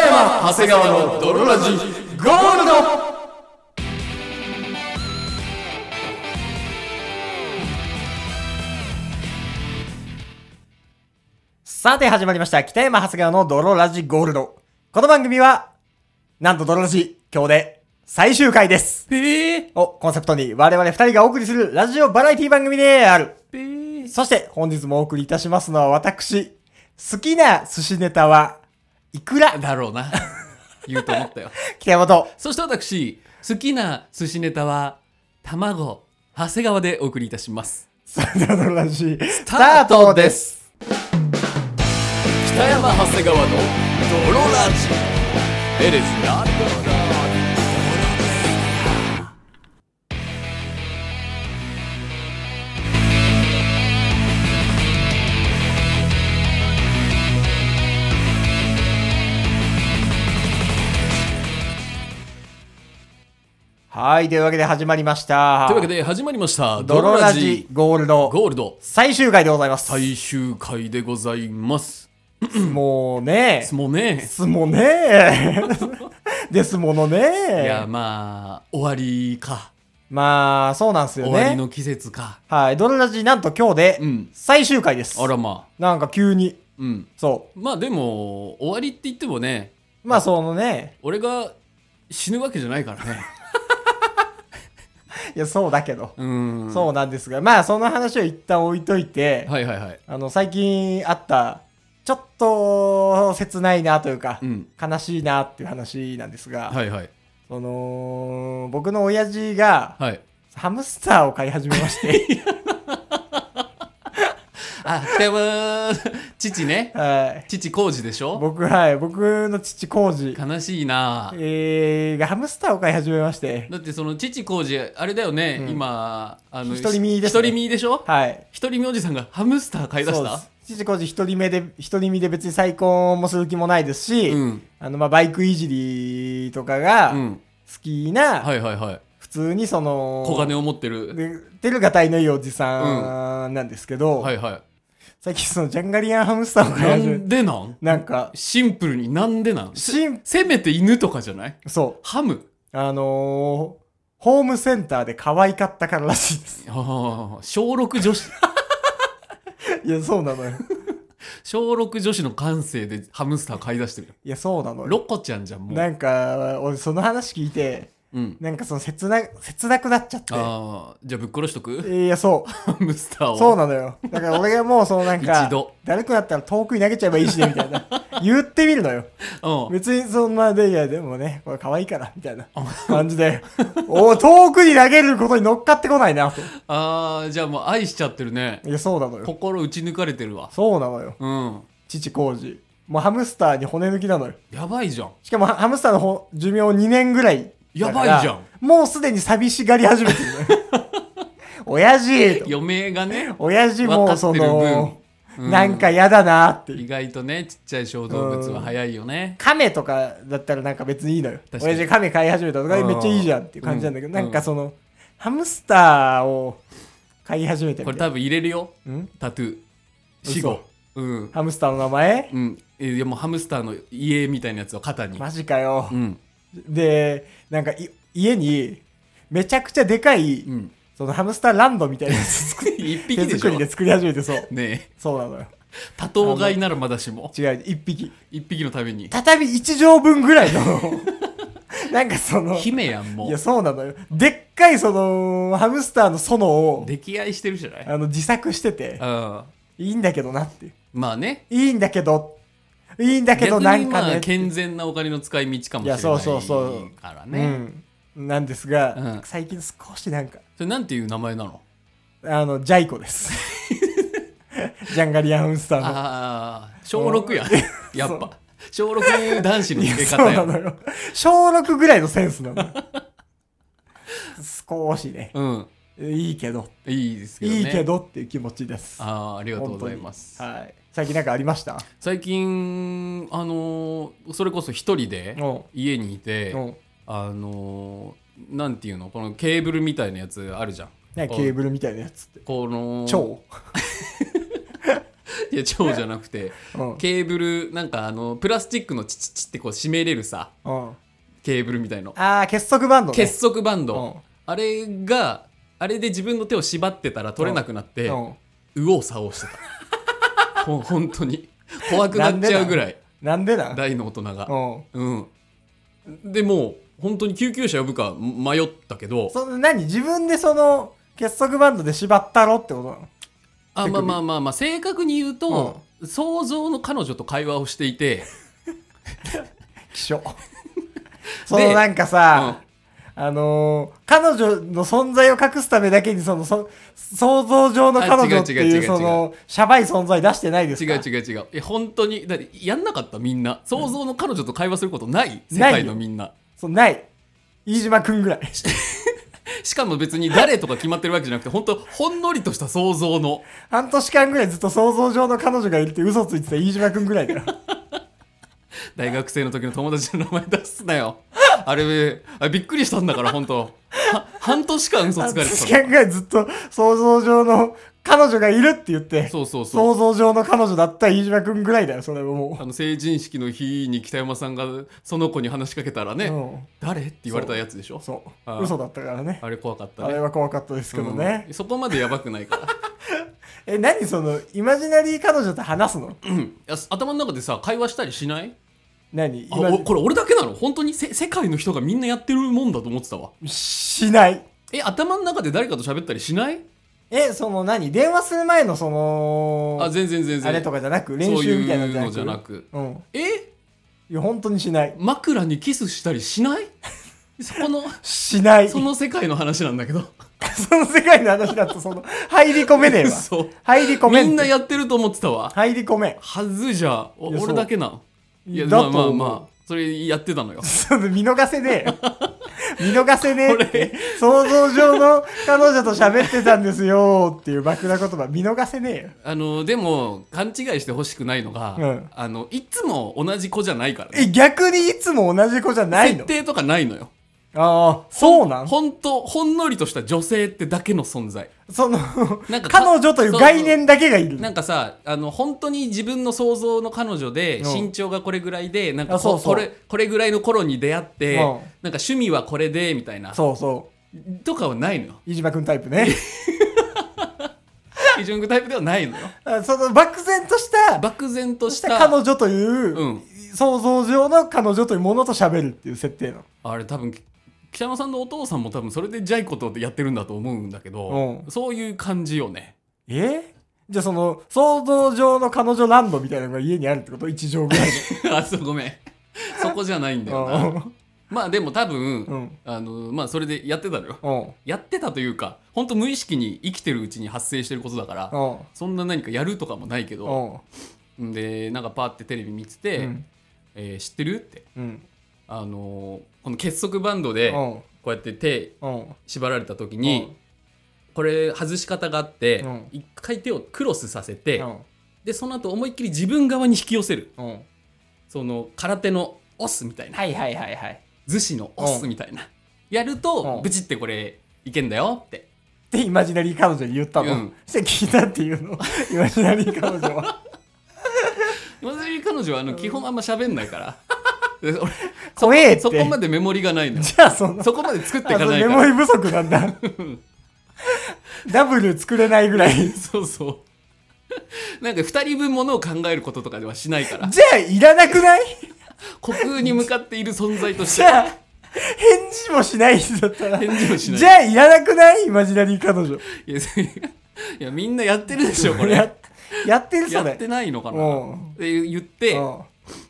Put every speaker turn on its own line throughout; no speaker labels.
長谷川の泥ラジゴールド
さて始まりました。北山長谷川の泥ラジゴールド。この番組は、なんと泥ラジ、今日で最終回です。
えー、
をコンセプトに我々二人がお送りするラジオバラエティ番組である。
えー、
そして本日もお送りいたしますのは私、好きな寿司ネタは、いくら、
だろうな言うと思った よ
北山と、
そして私好きな寿司ネタは卵長谷川でお送りいたします
それでは泥ラジ、ス。
スタートですす北山長谷川の泥ラジ It is not
はい、というわけで始まりました。
というわけで始まりました
泥ラジゴールド。
ゴールド
最終回でございます。
最終回でございます
もうね。
もうね
ですもね。 ですもの
い
ね。
やまあ終わりか
まあ、そうなんですよ
終わり
ね。
の季節か
はい。ドルラジ、なんと今日で
うん
最終回です。
あらまあ
なんか急に。
うん
そ
まあでも終わりって言ってもね
う。まあ、そのね。
俺が死ぬわけじゃないから ね
いや、そうだけど。
うん
そうなんですが。まあ、その話を一旦置いといて、
はいはいはい
あの、最近あった、ちょっと切ないなというか、
うん
悲しいなっていう話なんですが、
はいはい
その、僕の親父が
はい
ハムスターを飼い始めま して、
あ北山父ね
はい。
父浩二でしょ
僕、はい。僕の父、浩二。
悲しいな
えー、ハムスターを飼い始めまして、
だってその父浩二あれだよね、
うん
今あの
一人身ですね
一人身でしょ
はい。
一人身おじさんがハムスター買い出
そ
し
うで
た
す父浩二一人目で、一人身で別に再婚もする気もないですし、
うん
あの、まあ、バイクいじりとかが
う
好
ん
きな、
はいはいはい
普通にその、
小金を持ってる
で、出るがたいのいいおじさんなんですけど、
はいは
最近そのジャンガリアンハムスターを
い
飼
ない
始め
んでなん
なんか、
シンプルになんでなんせ
しん、
せめて犬とかじゃない
そ
ハム
う、あのーホームセンターで可愛かったかららしいです。
ああ小6女子
いや、そうなのよ。
小6女子の感性でハムスター買い出してるよ
いや、そうなのよ。
ロコちゃんじゃんもう、
なんか、俺その話聞いて、
うん、
なんかその切な、切なくなっちゃって。
ああじゃあぶっ殺しとく
いや、そう。
ハムスターを
そうなのよ。だから俺がもうそのなんか
一度、
だるくなったら遠くに投げちゃえばいいしね、みたい な。言ってみるのよ。
うん
別にそんなで、いや、でもね、これ可愛いから、みたいな感じで。おー遠くに投げることに乗っかってこないな、と。
ああじゃあもう愛しちゃってるね
いや、そうなのよ。
心打ち抜かれてるわ
そうなのよ。
うん
父浩二。もうハムスターに骨抜きなのよ。
やばいじゃん
しかもハハムスターのほ寿命2年ぐらいだから。
やばいじゃん
もうすでに寂しがり始めてる のよ。親父と
余命がね
親父
分か
も
って
そ
る
の、
分うん
なんか嫌だなっていう
意外とねちっちゃい小動物は早いよね
亀とかだったらなんか別にいいのよ
確かに
親父亀飼い始めたとか
うん
めっちゃいいじゃんっていう感じなんだけど、
うん
なんかそのハムスターを飼い始めて
こ
み
れ
たい
多分入れるよ
ん
タトゥー死後うん
ハムスターの名前
うんえいやもうハムスターの家みたいなやつを肩に
マジかよ
う、 ん
でなんかい家にめちゃくちゃでかい、
うん
そのハムスターランドみたいなやつ作り
一匹
手
でしょ
作りで作り始めてそう
ねえ
そうなのよ
多頭飼いならまだしも
違う一匹
一匹のため に
畳1畳分ぐらい のなんかその
姫やんも
いうやそうなのよでっかいそのハムスターの園を
溺愛してるじゃない
あの自作してて
うん
いいんだけどなっていう
まあね
いいんだけどいいんだけど
逆
な
に
んか
ま
ね
あ健全なお金の使い道かもし
い
れない
やそうそうそう
から
う
ね
ん、なんですが、
うん
最近少しなんか
それなんていう名前なの
あのジャイコです ジャンガリアンハムスターの
ああ小6ややっぱ小6男子の
いや
付け
そ
方
うな
や
のよ小6ぐらいのセンスなのよ少しね
うん
いいけど
いいですけどね
いいけどっていう気持ちですあ
ああありがとうございます
はい、最近なんかありました
最近あのーそれこそ一人で
お
家にいて
うん
あのーなんていうのこのケーブルみたいなやつあるじゃん
なんかケーブルみたいなやつって
この
超
いや蝶じゃなくて
うん
ケーブルなんかあのプラスチックのチチチってこう締めれるさ
うん。
ケーブルみたいの
ああ、結束バンド、ね。
結束バン
うん
ドあれがあれで自分の手を縛ってたら取れなくなって
うん
右往左往してたほん 本当に怖くなっちゃうぐらい
なんでなん
大の大人が
うん。
うんでもう本当に救急車呼ぶか迷ったけど
その何自分でその結束バンドで縛ったろってことなの
あ
手
まあ
首
まあまあまあ正確に言うと、想像の彼女と会話をしていて、
気象。 そのなんかさ、
う
あのー彼女の存在を隠すためだけにそのそ想像上の彼女って
あ違
い
う違
うう
違う違う
そのしゃばい存在出してないです
ん、違
か
う違う違うえ本当にだってやんなかったみんな想像の彼女と会話することない、世界のみんな
そうない飯島くんぐらい
しかも別に誰とか決まってるわけじゃなくて本当ほんのりとした想像の
半年間ぐらいずっと想像上の彼女がいるって嘘ついてた飯島くんぐらい だよ
大学生の時の友達の名前出すなよあれあびっくりしたんだから本当は半年間嘘つ
半
かれ
年
てたの
間ぐらいずっと想像上の彼女がいるって言って
そうそうそ
想
う
像上の彼女だった飯島くんぐらいだよそれはも
あの成人式の日に北山さんがその子に話しかけたら
う、
ね、
うん、
誰って言われたやつでしょ
そ
ああ
う嘘だったからね
あれ怖かったね
あれは怖かったですけどね、
うんそこまでやばくないから
え何そのイマジナリー彼女と話すの
うんいや頭の中でさ会話したりしない
何
あ
イマジ
おこれ俺だけなの本当にせ世界の人がみんなやってるもんだと思ってたわ
しない
え頭の中で誰かと喋ったりしない
えその何電話する前のその
あ全然全然
あれとかじゃなく練
そう
習みたいないん
う
じゃな
の
く
じゃなく
うん
え
いや本当にしない
枕にキスしたりしない そ この
しない
そ
その
の世界の話なんだけど
世界の話だとその入り込めねえわ
そう
入り込め
みんな
って
やってると思ってたわ
入り込めん
はずいじゃんお
いやそう
俺だけなんいや
だ
まあ
と
まあ
思う
まあそれやってたのよ
その見逃せねえよ見逃せねえっ
これ
て想像上の彼女と喋ってたんですよっていう枕言葉見逃せねえよ
あのでも勘違いしてほしくないのが、
うん
あのいつも同じ子じゃないから、ね、
え逆にいつも同じ子じゃないの
設定とかないのよ
ああそうなん
ほんとほんのりとした女性ってだけの存在
その
なんか
彼女という概念だけがいる
なんかさあの本当に自分の想像の彼女で
うん
身長がこれぐらいでなんか
あ
こ
そうそう
これこれぐらいの頃に出会って
うん
なんか趣味はこれでみたいな
そうそ
とかはな いのよ
う飯島君タイプね
イ・ジョングタイプではないのよ
あその漠然とした
漠然と
し
したた
彼女という、
うん
想像上の彼女というものと喋るっていう設定の
あれ多分北山さんのお父さんも多分それでジャイコとやってるんだと思うんだけど、
う
そういう感じよね
えじゃあその想像上の彼女ランドみたいなのが家にあるってこと1畳ぐ らいで
あそうごめんそこじゃないんだよ
う
なんまあでも多分、
うん
あのまあそれでやってたのよ
うん
やってたというか本当無意識に生きてるうちに発生してることだから、
うん
そんな何かやるとかもないけど、
うん
ん、でなんかパーってテレビ見てて「
うん
えー知ってる?」って
うん
あのーこの結束バンドで
う
こ
ん
うやって手
うん
縛られた時
う
に
ん
これ外し方があって
うん
一回手をクロスさせて
うん
でその後思いっきり自分側に引き寄せる
うん
その空手の押すみたいな
はいはいはいはい
図紙の押すみたいなやる
う
と
ん
ブチってこれいけんだよって
ってイマジナリー彼女に言ったの、
うん
そして聞いたっていう のイマジナリー彼女は
まり彼女はあの基本あんま喋んないから で俺
怖えって
そこまでメモリがないのよ
じゃあその
そこまで作ってい
あ
か
その
ないか
メ
ら
モリ不足なん だダブル作れないぐらい じ
そうそう。なんか2人分ものを考えることとかではしないから
ゃあいらなくない
虚空に向かっている存在とし
じ
て
ゃあ返事もしない人だったら
返事もしない
じゃあいらなくないイマジナリー彼女
いやそれいやみんなやってるでしょこれや
ややってるそれ
ってないのか
う
なんって言って
う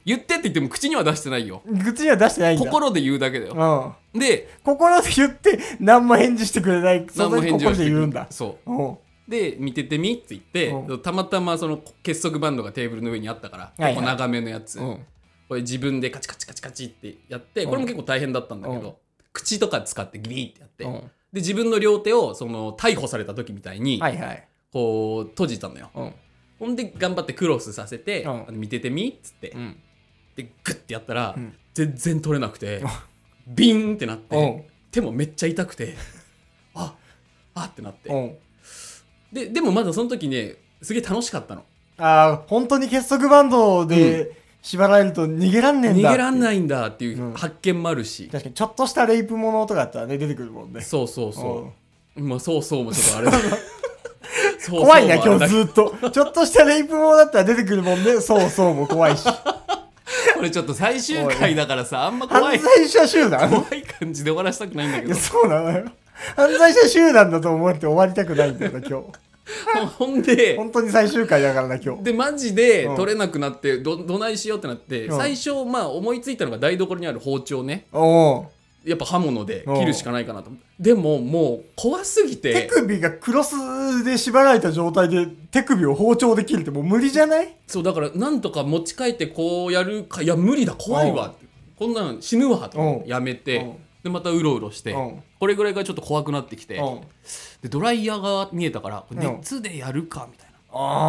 言ってって言っても口には出してないよ
ん愚痴には出してないんだ
心で言うだけだよ
うん
で
心で言って何も返事してくれないそ
何も
こで
返事
心
をして
で
く
言
れな
う
い
んだ
そ
うんは
うで見ててみって言って、
う
たまたまその結束バンドがテーブルの上にあったから、
はいはい
結構長めのやつ、
うん
これ自分でカチカチカチカチってやってこれも結構大変だったんだけど、
うん
口とか使ってギリってやって、
うん
で自分の両手をその逮捕された時みたいに
いはい
こう閉じたのよ、
うん
ほんで頑張ってクロスさせて「
うん
あの見ててみ」っつって、
うん
でグッてやったら、
うん
全然取れなくて、ビーンってなって、
うん
手もめっちゃ痛 くてああってなって、
うん
ででもまだその時ねすげえ楽しかったの
あー本当に結束バンドで縛られると逃げらんねえんだ
逃げらん
い
ないんだっていううん発見もあるし、
確かにちょっとしたレイプものとかだったらね出てくるもんね
そうそうそうまあそうそうもちょっとあ れだそうそうも
怖いな今
あれだ
日ずっとちょっとしたレイプものだったら出てくるもんねそうそうも怖いし
これちょっと最終回だからさあんま
犯
怖い
罪者集団
怖い感じで終わらせたくないんだけ
い
ど
やそうなのよ犯罪者集団だと思われて終わりたくないんだよな 今日
ほんで
本当に最終回だからな今日
でマジで
うん
取れなくなってどどないしようってなって
うん
最初まあ思いついたのが台所にある包丁ね
おお
やっぱ刃物で切るしかないかなと思ってでももう怖すぎ
手
て
首がクロスで縛られた状態で手首を包丁で切るってもう無理じゃない
そうだからなんとか持ち帰ってこうやるかいや無理だ怖いわってこんなの死ぬわと
うん
やめ
う
て
ん
でまたうろうろして
うん
これぐらいがちょっと怖くなってき
う
て
ん
でドライヤーが見えたからこれ
うん
熱でやるかみたいな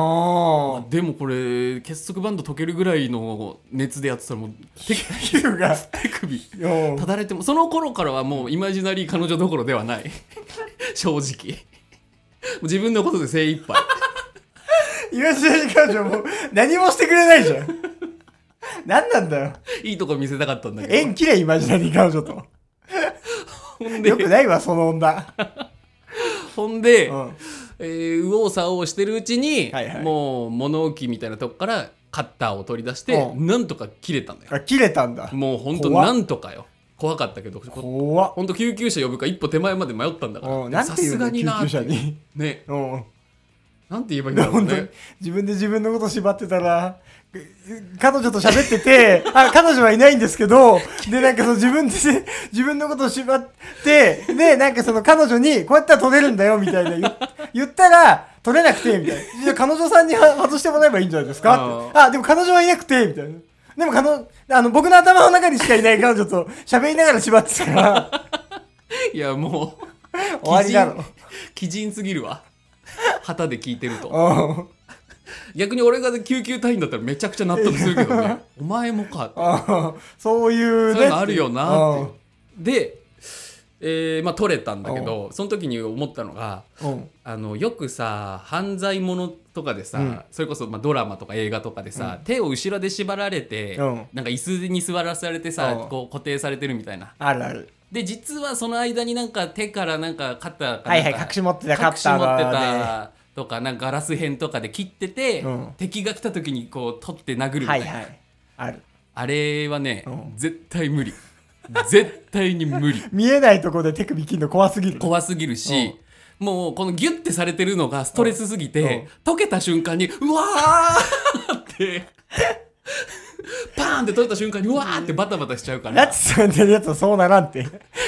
ああ
でもこれ結束バンド溶けるぐらいの熱でやってたらもう手
皮膚が
手首
うん
ただれてもその頃からはもうイマジナリー彼女どころではない 正直もう自分のことで精一杯
岩下時間長もう何もしてくれないじゃん何なんだよ
いいとこ見せたかったんだけ
縁切れイマジナリー彼女と
どほんで
よくないわその 女、
ほんで、
うん、
えー右往左往してるうちに、
はいはい
もう物置みたいなとこからカッターを取り出して、
う
なんとか切れたんだよ
あ切れたんだ
もうほんと
怖っ
なんとかよ怖かったけどほ
怖っ
んと救急車呼ぶか一歩手前まで迷ったんだか
うん
ら
な
さ
んて言
す
う
が
の救
にな
急車
って
に
ね
うん
なんて言えばいいん
で
だろう
本当に
ね
自分で自分のこと縛ってたら彼女と喋っててあ彼女はいないんですけどでなんかその自分で自分のことを縛ってでなんかその彼女にこうやったら取れるんだよみたいな言っ言ったら取れなくてみたいなじゃあ彼女さんには外してもらえばいいんじゃないですかってあでも彼女はいなくてみたいなでも彼女あの僕の頭の中にしかいない彼女と喋りながら縛ってたから
いやもう
終わりだろ
奇人すぎるわ旗で聞いてると
うん
逆に俺が救急隊員だったらめちゃくちゃ納得するけど ねお前もかって
うんそういうね
そういうのあるよなって
て
で、えーまあ、取れたんだけどその時に思ったのが
いううん
あのよくさ犯罪者とかでさ、
うん
それこそまあドラマとか映画とかでさ、手を後ろで縛られて、
うん
なんか椅子に座らされてさ、
うん
こう固定されてるみたいな
あるある
で実はその間になんか手からなんか肩かなんか
はいはい隠し持ってたカ
隠
ッ
し
タ
持
ー
って
がね
たとかなんかガラス片とかで切ってて、
うん
敵が来た時にこう取って殴るみ
は
たい
い
な、
はいある
あれはね、
うん
絶対無理絶対に 無理
見えないとこで手首切るの怖すぎる
怖すぎるし、もうこのギュッてされてるのがストレスすぎて、溶けた瞬間にうわ ーってパーンって取れた瞬間にうわーってバタバタしちゃうから
拉致されてるやつはそうならんて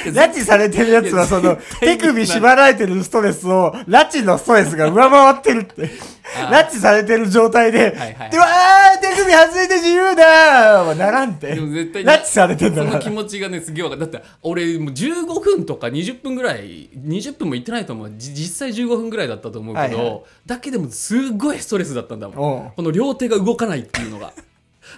拉致されてるやつはい
や
その
絶対
手
に
首縛られてるストレスを拉致のストレスが上回ってるって
あ
拉致されてる状態で
はいはい
「でわー手首外れて自由だ!」はならんて
でも絶対に
拉致されてんだ
その
か
気
ら
持ちがねすげえわかるだって俺もう15分とか20分ぐらい20分もいってないと思うじ実際15分ぐらいだったと思うけど、
はいはい
だけでもすごいストレスだったんだも
おうん
この両手が動かないっていうのが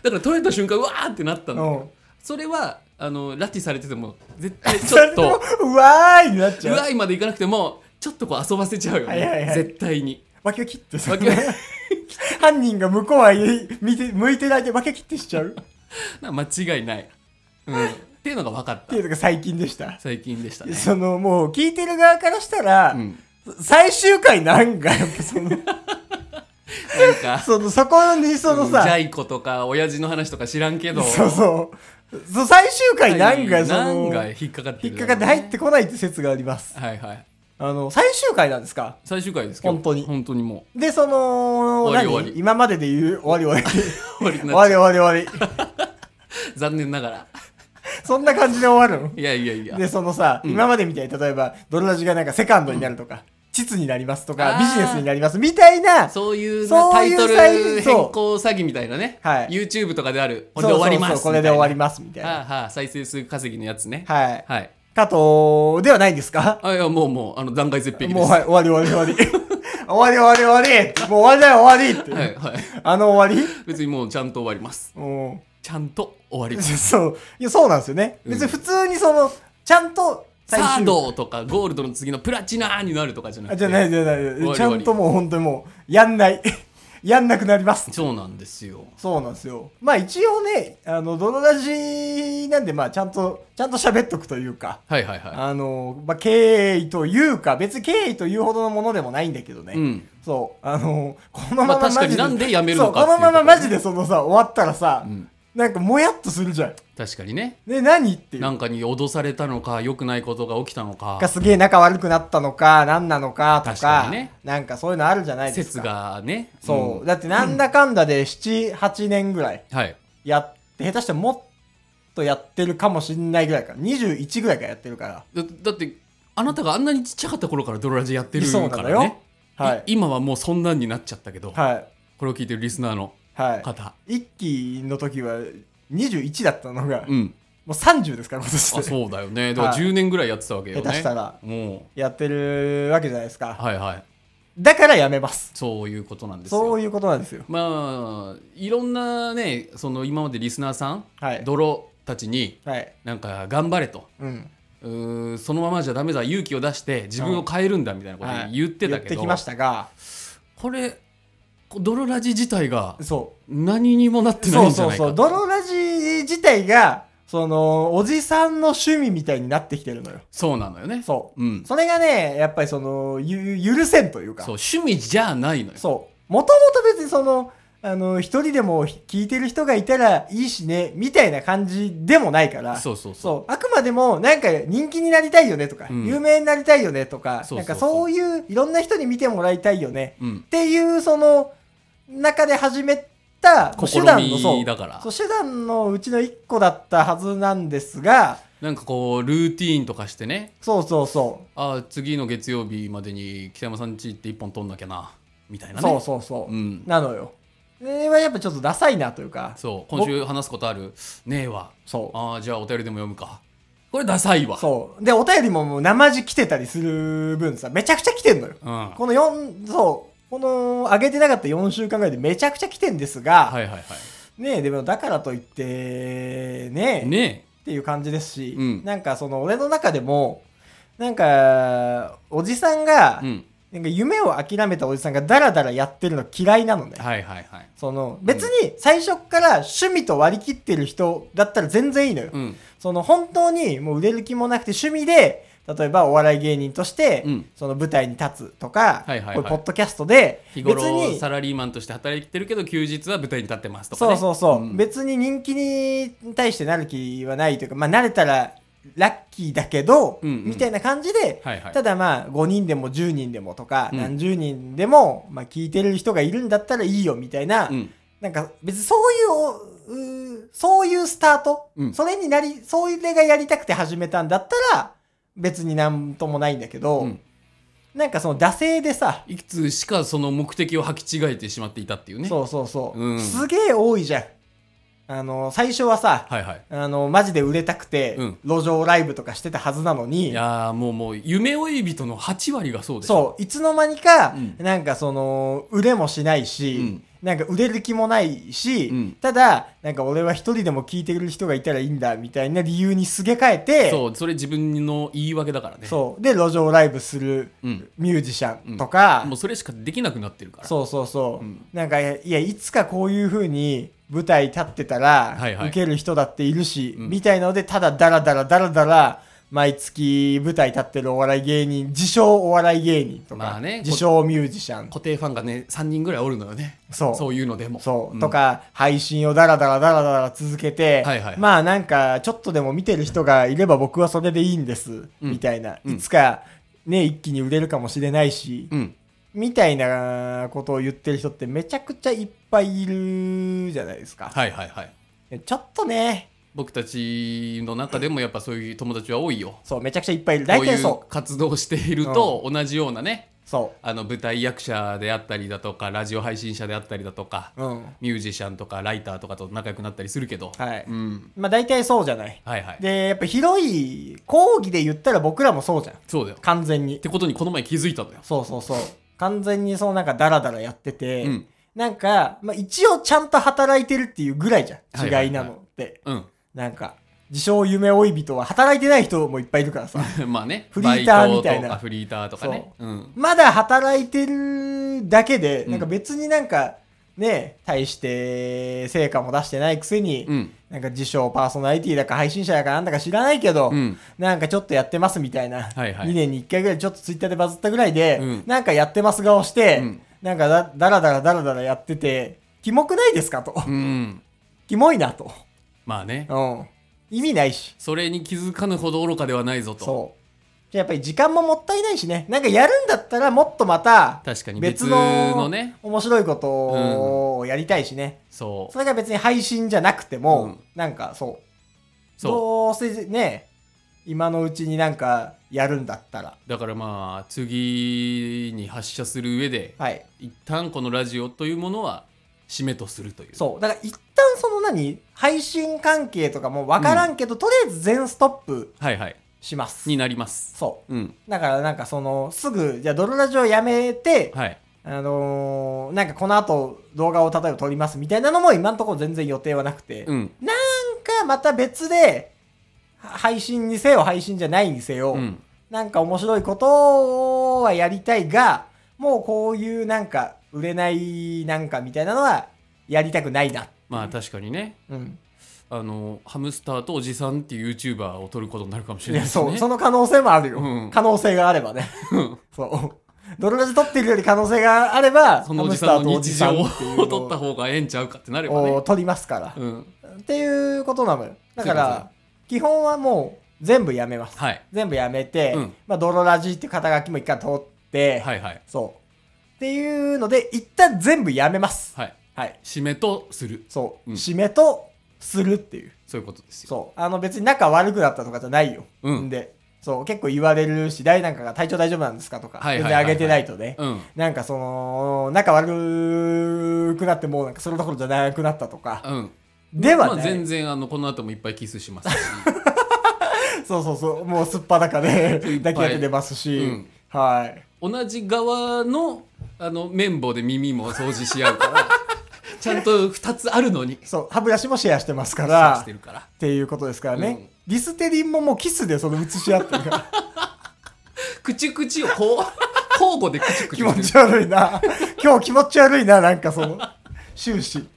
だから取れた瞬間うわーってなったんだ
うん
よそれはあの拉致されて ても絶対ち
そ
ょっ
れでも
と
うわーいになっち
う
ゃう
わいまでいかなくてもちょっとこう遊ばせちゃうよね、
はいはいはい
絶対に。
わけを切ってさ
わけを
犯人が向こうは見て向いてないでわけ切ってしちゃう
な間違いない、うん、っていうのが分かっ
ったていうのが最近でした。
最近でし たね。
そのもう聞いてる側からしたら、
うん
最終回なんかやっぱそ の
なんか
そのそこにそのさ、
ジャイ子とか親父の話とか知らんけど
そうそうそう最終回なんかそ
な
の
んか引っかかって
引
る
っかかって入ってこないって説があります。
はいはい
あの最終回なんですか
最終回ですけど
本当に
本当にも
でその
終わり
何
終わり
今までで言う終わり 終
う終わりに
わ
なっ
り
ち
終
ゃ
わり終わり終わ
う 残念ながら
りそんな感じで終わるの
いやいやいや
でそのさ、今までみたいに例えばドロラジがなんかセカンドになるとか、膣になりますと
あ
か
ー
ビジネスになりますみたいな
そういうな
そ
タ
うい
イ
う
トル
最初
変
そう
更詐欺みたいなね
はい
YouTube とかであるこ
そう
れで終わります
そうそうこれで終わり
す
ますみたいな。
はあはあ再生数稼ぎのやつね
はい。
はい
加藤ではないんですか
あいやもうもうあの断崖絶壁です
もうはい終わり終わり 終わり。終わり終わり終わりもう終わりだよ終わりって。
はいはい
あの終わり
別にもうちゃんと終わります
うん。
ちゃんと終わります
そう。いや、そうなんですよね。別に普通にその、ちゃんと
サ
最終
ードとかゴールドの次のプラチナーになるとかじゃなく
あ
て
じゃないじゃない
り終わり
ちゃんともう本当にもう、やんない。 やんなくなります。
そうなんですよ
そうなんですよ。まあ一応ね、あの、泥ラジなんで、まあちゃんと、ちゃんと喋っとくというか、
はいはいは
あの、まあ経緯というか、別に経緯というほどのものでもないんだけどね。
いうん
そう、あの、このまま
まあ確か
マ
に
ジで、
なんでやめるのかってい
そう、
う
このまま
ところね
マジでそのさ、終わったらさ、
うん
なんかもやっとするじゃん。
確かにね
ね、何っていう。
なんかに脅されたのか良くないことが起きたのか
なんかすげえ仲悪くなったのか、何なのかと
確
か
かにね
なんかそういうのあるじゃないです
説
か。
がね
そう、だってなんだかんだで7、8年ぐらい
うんはい
やって、下手したらもっとやってるかもしんないぐらいから、21ぐらいからやってるから。
だだってあなたがあんなにちっちゃかった頃からドロラジやってる
そう
か
なの
ら
よ
ね。
はい。
い今はもうそんなんになっちゃったけど、
はい。
これを聞いてるリスナーの
は
方、
い。一期の時は21だったのが、も
うん
う30ですから、今年
あ
で。
そうだよねだから
はい
10年ぐらいやってたわけよね
下手したら
も
やってるわけじゃないです
う
か。
はいはい
だからやめます。
そういうことなんですよ
そういうことなんですよ。
まあいろんなねその今までリスナーさん、
はい
泥たちに
はい。
なんか頑張れと
うん。
うーそのままじゃダメだ勇気を出して自分を変えるんだみたいなこと
はい
言ってたけど、
言ってきましたが、
これこ泥ラジ自体が
そう。
何にもなってな
そ
い
うん
じ
そ
ゃ
う
ない
そう。
か
ドロラジ自体が、その、おじさんの趣味みたいになってきてるのよ。
そうなのよね、
そう
ん、
それがね、やっぱりその、ゆ、許せんというか。
そう趣味じゃないのよ
そう。もともと別にその、あの、一人でも聞いてる人がいたらいいしね、みたいな感じでもないから。
そうそうそう
そう。あくまでも、なんか人気になりたいよねとか、
うん
有名になりたいよねとか、
そうそうそう
なんかそういう、いろんな人に見てもらいたいよね。
うん
っていう、その、中で始めた、
試
手段の、そう
みだから
そう手段のうちの一個だったはずなんですが
なんかこうルーティーンとかしてね
そうそうそ、
あー次の月曜日までに北山さんち行って一本取んなきゃなみたいうなね
そうそうそう、
うん
なのよそれはやっぱちょっとダサいなというか
そう今週話すことあるねえわ
そう
あーじゃあお便りでも読むかこれダサいわ
そうでお便りももう生地来てたりする分さめちゃくちゃ来てんのよ
うん、は
この4そうこの上げてなかった4週間ぐらいでめちゃくちゃ来てんですが、
いはいは
ねえでもだからといってねえ
いね
っていう感じですし、
うん
なんかその俺の中でもなんかおじさんが
え、うん、
なんか夢を諦めたおじさんがダラダラやってるの嫌いなのね。
はいはいはい
その別に最初っから趣味と割り切ってる人だったら全然いいのよ。
うん
その本当にもう売れる気もなくて趣味で、例えばお笑い芸人として
うん、
その舞台に立つとか、
はいはいはい
こういうポッドキャストで、
日
別
頃
に
サ、ラリーマンとして働いてるけど休日は舞台に立ってますとか
そ
ね
うそうそう、
ん
別に人気に対してなる気はないというか、まあ慣れたらラッキーだけど、
うんうん
みたいな感じで、
はいはい
ただまあ5人でも10人でもとか、
うん
何十人でも、まあ、聞いてる人がいるんだったらいいよみたいな、
うん
なんか別にそういううーそういうスタート、
うん
それになりそれがやりたくて始めたんだったら別になんともないんだけど、
うん
なんかその惰性でさ、
いくつしかその目的を履き違えてしまっていたっていうね
そうそうそう、
うん
すげえ多いじゃんあの最初はさ、
はいはい
あのマジで売れたくて、
うん
路上ライブとかしてたはずなのに
いやーもうもう夢追い人の8割がそうでしょ
そういつの間にか、
うん
なんかその売れもしないし、
うん
なんか売れる気もないし、
うん
ただなんか俺は一人でも聞いてくれる人がいたらいいんだみたいな理由にすげ替えて
そうそれ自分の言い訳だからね
そうで路上ライブする
うん
ミュージシャンとか、
もうそれしかできなくなってるから
そうそうそう、
うん
なんかいやいつかこういう風に舞台立ってたら、
はいはい
受ける人だっているし、
うん
みたいのでただダラダラダラダラ毎月舞台立ってるお笑い芸人自称お笑い芸人とか、
まあね
自称ミュージシャン
固定ファンがね3人ぐらいおるのよね
そう
そういうのでも
そう、
ん
とか配信をダラダラダラダラ続けて、
はいはい
まあなんかちょっとでも見てる人がいれば僕はそれでいいんです、
うん
みたいな、
うん
いつかね一気に売れるかもしれないし、
うん
みたいなことを言ってる人ってめちゃくちゃいっぱいいるじゃないですか、
はいはいはい
ちょっとね
僕たちの中でもやっぱそういう友達は多いよ
そうめちゃくちゃいっぱいいる
こ
大
うい
体
う
そう
活動をしていると同じようなね
そ
あの舞台役者であったりだとかラジオ配信者であったりだとか
ううん
ミュージシャンとかライターとかと仲良くなったりするけど
はい
うん
まあ大体そうじゃない
はいはい
でやっぱ広い講義で言ったら僕らもそうじゃん
そうだよっ
完全に
てことにこの前気づいたのよ
そうそうそう完全にそうなんかダラダラやってて、
うん
なんか、まあ、一応ちゃんと働いてるっていうぐらいじゃ
はいはいは
ん
い
違いなのって、
う
なんか自称夢追い人は働いてない人もいっぱいいるからさ
ん まあね
フリーター
バイト
みたいな
とかフリーターとかねうん
まだ働いてるだけで、なんか別になんかね、対して成果も出してないくせに、
うん
なんか自称パーソナリティだか配信者だかなんだか知らないけど、
うん
なんかちょっとやってますみたいな、
はいはい
2年に1回ぐらいちょっとツイッターでバズったぐらいで、
うん
なんかやってます顔して、
うん
なんかだだらだらだらだらやってて、キモくないですかと。
うん
キモいなと。
まあね
うん。意味ないし。
それに気づかぬほど愚かではないぞと
そう。じゃあやっぱり時間ももったいないしね。なんかやるんだったらもっとまた、
確かに別
別
の
の
ね
面白いことをやりたいしね。
そう
それが別に配信じゃなくても、
うん
なんかそう。
そ
どうせね、今のうちになんかやるんだったら。
うだからまあ次に発射する上で
はい。
一旦このラジオというものは締めとするという
そう。だから一旦その何、配信関係とかもわからんけど、とりあえず全ストップ
はいはい
します。
になります
そ
うん
う。だからなんかその、すぐ、じゃあドロラジオやめて、
はい
あのーなんかこの後動画を例えば撮りますみたいなのも今のところ全然予定はなくて、
うん
なんかまた別で、は配信にせよ配信じゃないにせよ、
うん
なんか面白いことはやりたいが、もうこういうなんか売れないなんかみたいなのはやりたくないな。
まあ確かにね
うん。
あのハムスターとおじさんっていう YouTuber を撮ることになるかも
い
しれない
や、
ですね
そう、その可能性もあるよ。
うん
可能性があればね。そう。ドロラジ撮ってるより可能性があれば、
そのおじさんの
ハム
日
スタ
常
ーとお
を
じさんっていうのを
撮った方がええんちゃうかってなれば
を
ね
撮りますから。
うん
っていうことなのよ。だか
そういうこと
ら、基本はもう全部やめます。
はい
全部やめて、
うん
まあ、泥ラジっていう肩書きも一回取って、
はいはい
そう。っていうので、一旦全部やめます。
はい
はい。
締めとする
そう。
うん
締めと、するっていう。
そういうことですよ
そう。あの、別に仲悪くなったとかじゃないよ。
うん
で、そう、結構言われるし、誰なんかが体調大丈夫なんですかとか、
はいはい
全
はい
然
はい
あげてないとね。
うん
なんかその、仲悪くなってもうなんかそれどころじゃなくなったとか。
うん
では
まあ
ない。
全然あのこの後もいっぱいキス しますし
そうそうそう、もうすっぱだか で抱き合って出ますし、
うん
はい。
同じ側のあの綿棒で耳も掃除し合うからちゃんと2つあるのに
そう、歯ブラシもシェアしてますか
シェアし
ら
て、るから
っていうことですからね。リステリンももうキスでその写し合ってる から、
口口をこ う交互で口口
気持ち悪いな。今日気持ち悪いな、なんかその、終始。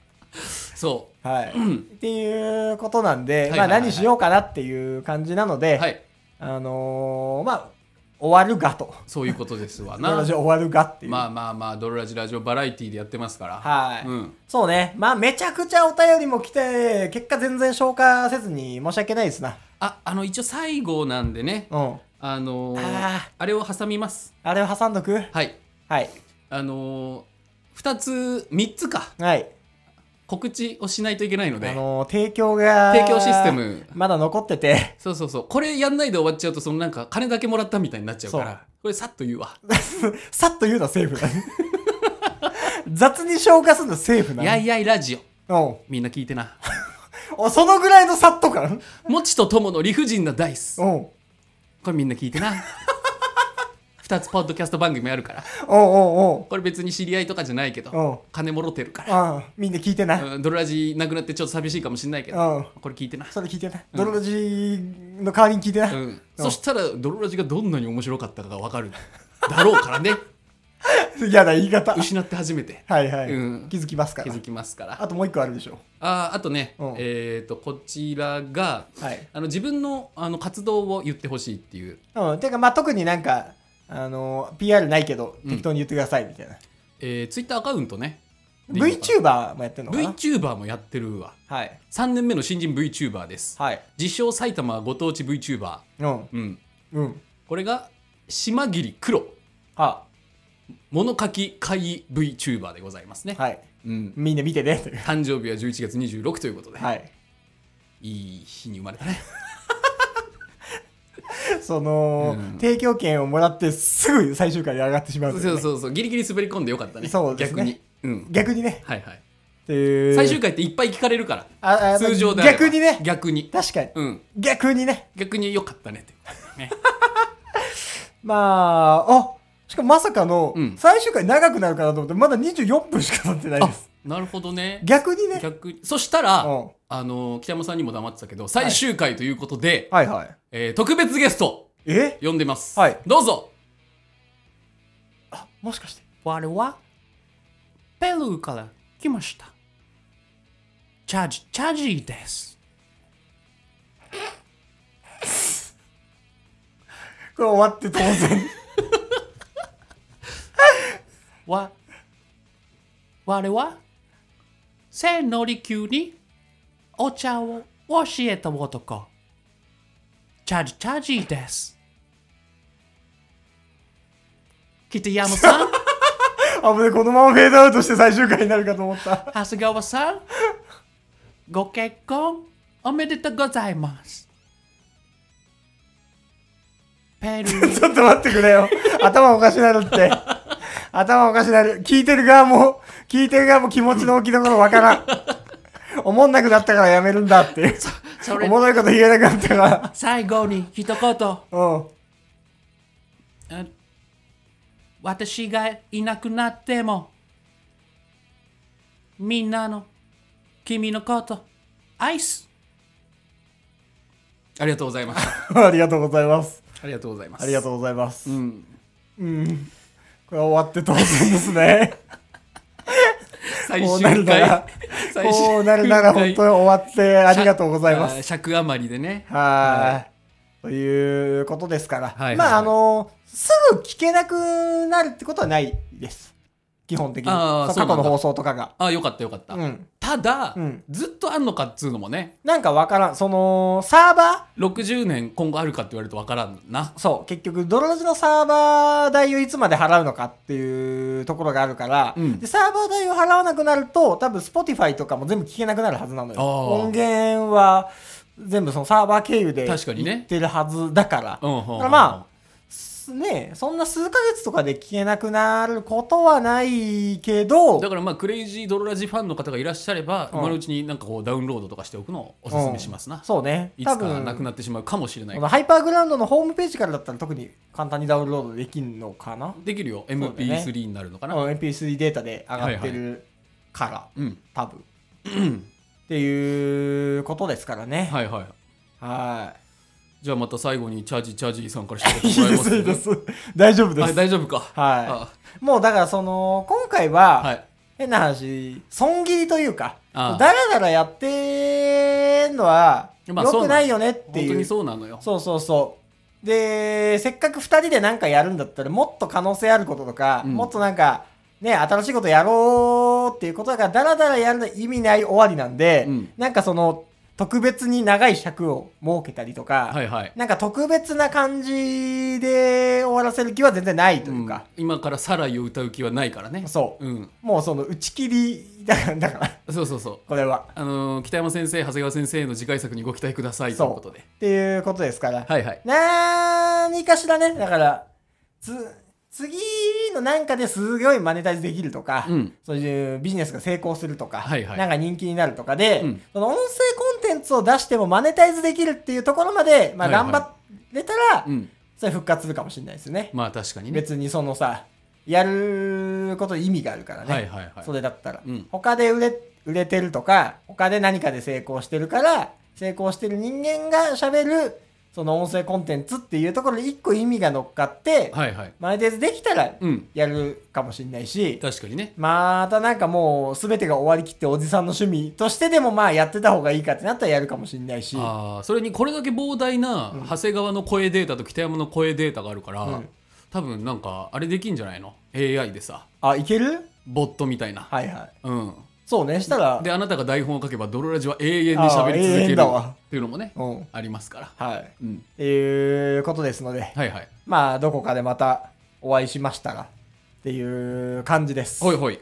そ
はい。っていうことなんで、
はい
ま
は
あ
いはい
何しようかなっていう感じなの
う
で、
はい
あのーまあ、終わるがと。
そういうことですわな
私は終わるがっていう。
まあまあまあドロラジラジオバラエティでやってますから
はい、
うん
そうね。まあ、めちゃくちゃお便りも来て、結果全然消化せずに申し訳ないですな。
ああの一応最後なんでね
うん。
あのー
あ
あれを挟みます
あれを挟んどく
はい
はい。
あのー、2つ3つか
はい。
告知をしないといけないので
あのー提供が、
提供システム
まだ残ってて、
そうそうそうこれやんないで終わっちゃうとそのなんか金だけもらったみたいになっちゃうか
そう
らこれさっと言うわ
さっと言うのはセーフだ ね。雑に消化するのはセーフ
「
なの。
やいやいラジオ
うん」
みんな聞い てな
お。そのぐらいのさっと感
「もちとともの理不尽なダイス
う」ん。
これみんな聞いてな2つポッドキャスト番組あるから
おうおう
これ別に知り合いとかじゃないけど
おう。
金もろてるか
うん。ああ、みんな聞いてな。
ら、うん、ドロラジなくなってちょっと寂しいかもしれないけど
うん。
これ聞いてな、
それ聞いてな。ドロロジーの代わりに聞いてな。
うん、そしたらドロラジがどんなに面白かったかが分かるだろうからね
嫌な言い方。
失って初めて
はいはい、
うん
気づきますか
気
ら
づ。きますから
あともう一個あるでしょ。
あーあとね、
うん
えっ、とこちらが
はい。
あの自分のあの活動を言ってほしいっていう、
うん。てか、まあ、特になんか、あのー PR ないけど、
うん
適当に言ってください、みたいな。
えー、ツイッターアカウントね
VTuber もやってんのかな
VTuber もやってるわ
はい。
3年目の新人 VTuber です
はい。
自称埼玉ご当地 VTuber、
うん。
うん、
うん。
これが島切黒
は、
物書き怪異 VTuber でございますね、
はい。
うん、
みんな見てね、という。
誕生日は11月26ということで、
はい。
い、い日に生まれたね
その、
うん
提供権をもらってすぐ最終回に上がってしまう
そ
と
う
い
そう
ね
うそうそうギリギリ滑り込んでよかったね
そうですね
逆に、うん、
逆にね。
はいはい
っていう。
最終回っていっぱい聞かれるから
ああ
通常であれば
逆にね。
逆に
確かに。
うん
逆にね。
逆に良かったねってことね
まあ、あしかもまさかの
うん、
最終回長くなるかなと思って、まだ24分しか経ってないです。
なるほどね
逆にね。
逆にそしたら、
うん
あの北山さんにも黙ってたけど最終回ということで、
はいはい。
えー特別ゲスト
え
呼んでます、
はい
どうぞ
あ、もしかして。
我はペルーからきましたチャージチャージーです
これ終わって当然。
わ我は千利休にお茶を教えた男チャージチャージーです北山さん
あぶね、このままフェードアウトして最終回になるかと思った。
長谷川さんご結婚おめでとうございますペルー
ちょっと待ってくれよ。頭おかしなるって。頭おかしなる。聞いてる側も、聞いてる側も気持ちの置きどころわからん。おもんなくなったからやめるんだっていう。
そ
お
れ
もろいこと言えなかったか
最後に一言
ら。うん。
あ私がいなくなってもみんなの君のことアイスありがとうございます
ありがとうございます。
ありがとうございま す。
ありがとうございます。うんうん。これは終わって当然です ね。
最
こう
終
なるな
回
ら、 こうなるなら本当に終わってありがとうございます。
す尺余りでね
はい。ということですから、
はい
ま
はい
あ、あの、すぐ聞けなくなるってことはないです。基本的に。
あー
そう過
そうな
去
んだ
の放送とかが。
あよかったよかった、
うん。
ただ、
うん
ずっとあんのかっつうのもね
なんかわからん。その、サーバ
60年今後あるかって言われるとわからんな
ーそう、結局、ドロラジのサーバー代をいつまで払うのかっていうところがあるから、
うん
でサーバー代を払わなくなると、多分 Spotify とかも全部聞けなくなるはずなのよ。
あー
音源は全部そのサーバー経由で
確かにね
行ってるはずだから。
うんうん
だ
うん
からまあ、すねそんな数ヶ月とかで聞けなくなることはないけど、
だからまあクレイジードロラジファンの方がいらっしゃれば、
うん
今のうちになんかこうダウンロードとかしておくのをおすすめしますな、
そうね。
いつ
多
か
分
なくなってしまうかもしれない
このハイパーグラウンドのホームページからだったら特に簡単にダウンロードできるのかな、
できるよ
うだね
MP3 になるのか
うん、
な
?MP3 データで上がってるから、
うん
多分。っていうことですからね。
はいはい
は
じゃあまた最後にチャージチャージさんからして
い。
も
いい
らえ
で
ます
す、いいです。大丈夫で
あ
す。
大丈夫か
は
あ
い。もうだからその、今回は、
はい
変な話、損切りというか、
ああ
だらだらやってんのは、良
まあそうなの
くないよねって
本当
い
に
う。
そうなのよ
そうそうそう。で、せっかく2人でなんかやるんだったら、もっと可能性あることとか、
うん
もっとなんか、ね、新しいことやろうっていうことだから、だらだらやるの意味ない終わりなんで、
うん
なんかその、特別に長い尺を設けたりとか、
はいはい
なんか特別な感じで終わらせる気は全然ないというか、
うん今から「サライ」を歌う気はないからね、
そう
ん、
う、もうその打ち切りだから、だから、
そうそうそう
これは。
あのー北山先生長谷川先生の次回作にご期待くださいと
そ
いう
う
ことで
っていうことですから、
はいはい
なーにかしらねだからつ次のなんかですごいマネタイズできるとか、
うん
そういうビジネスが成功するとか、
はいはい
なんか人気になるとかで、
うん
その音声コンテンツを出してもマネタイズできるっていうところまで、まあ、
はいはい
頑張れたら、
うん
それ復活するかもしれないですよね、
まあ確かにね
別にそのさやることに意味があるからね、
はいはいはい
それだったら、
うん
他で売れ売れてるとか他で何かで成功してるから成功してる人間がしゃべるその音声コンテンツっていうところに一個意味が乗っかって、
はいはい
マネタイズできたら
うん
やるかもしれないし、
確かにね
またなんかもう全てが終わりきっておじさんの趣味としてでもまあやってた方がいいかってなったらやるかもしれないし
あーそれにこれだけ膨大な長谷川の声データと北山の声データがあるから、
うん
多分なんかあれできんじゃないの AI でさ
あいける
ボットみたいな、
はいはい
うん
そうねしたら
であなたが台本を書けばドロラジは永遠に喋り続
あー永
け
遠
る
だわ
っていうのもね
うん
ありますから、
はい
うん、
っていうことですので、
はいはい
まあ、どこかでまたお会いしましたらっていう感じです。
ほいほい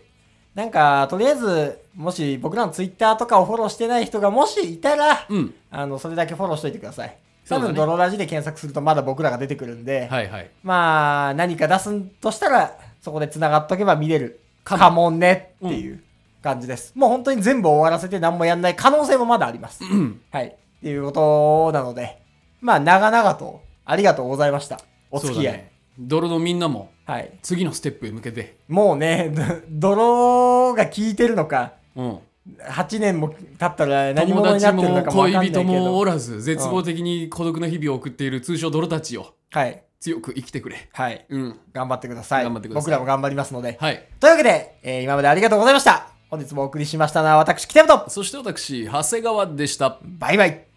なんか、とりあえず、もし僕らのツイッターとかをフォローしてない人がもしいたら、
うん
あの、それだけフォローしといてください。
そ
多
うだね
分、ドロラジで検索するとまだ僕らが出てくるんで、
はいはい
まあ、何か出すんとしたら、そこで繋がっとけば見れる
かも
かもねっていう感じです。もう本当に全部終わらせて何もやんない可能性もまだあります。
うん
はい。っていうことなので、まあ、長々とありがとうございました。お付
そう
き合
だ
い。
ねドロのみんなも
はい。
次のステップへ向けて、
もうね、 ど泥が効いてるのか、
うん、
8年も経ったら何
友
者に
達
なってる
も
のかも分かんな
恋
いけ
人も
ど。
おらず絶望的に孤独な日々を送っている通称ドロたちを
はい。
強く生きてくれ
はい。
うん
頑張ってください。
頑張ってください
僕らも頑張りますので。
はい
というわけで、えー今までありがとうございました。本日もお送りしましたのは私、北山と
そして私長谷川でした
バイバイ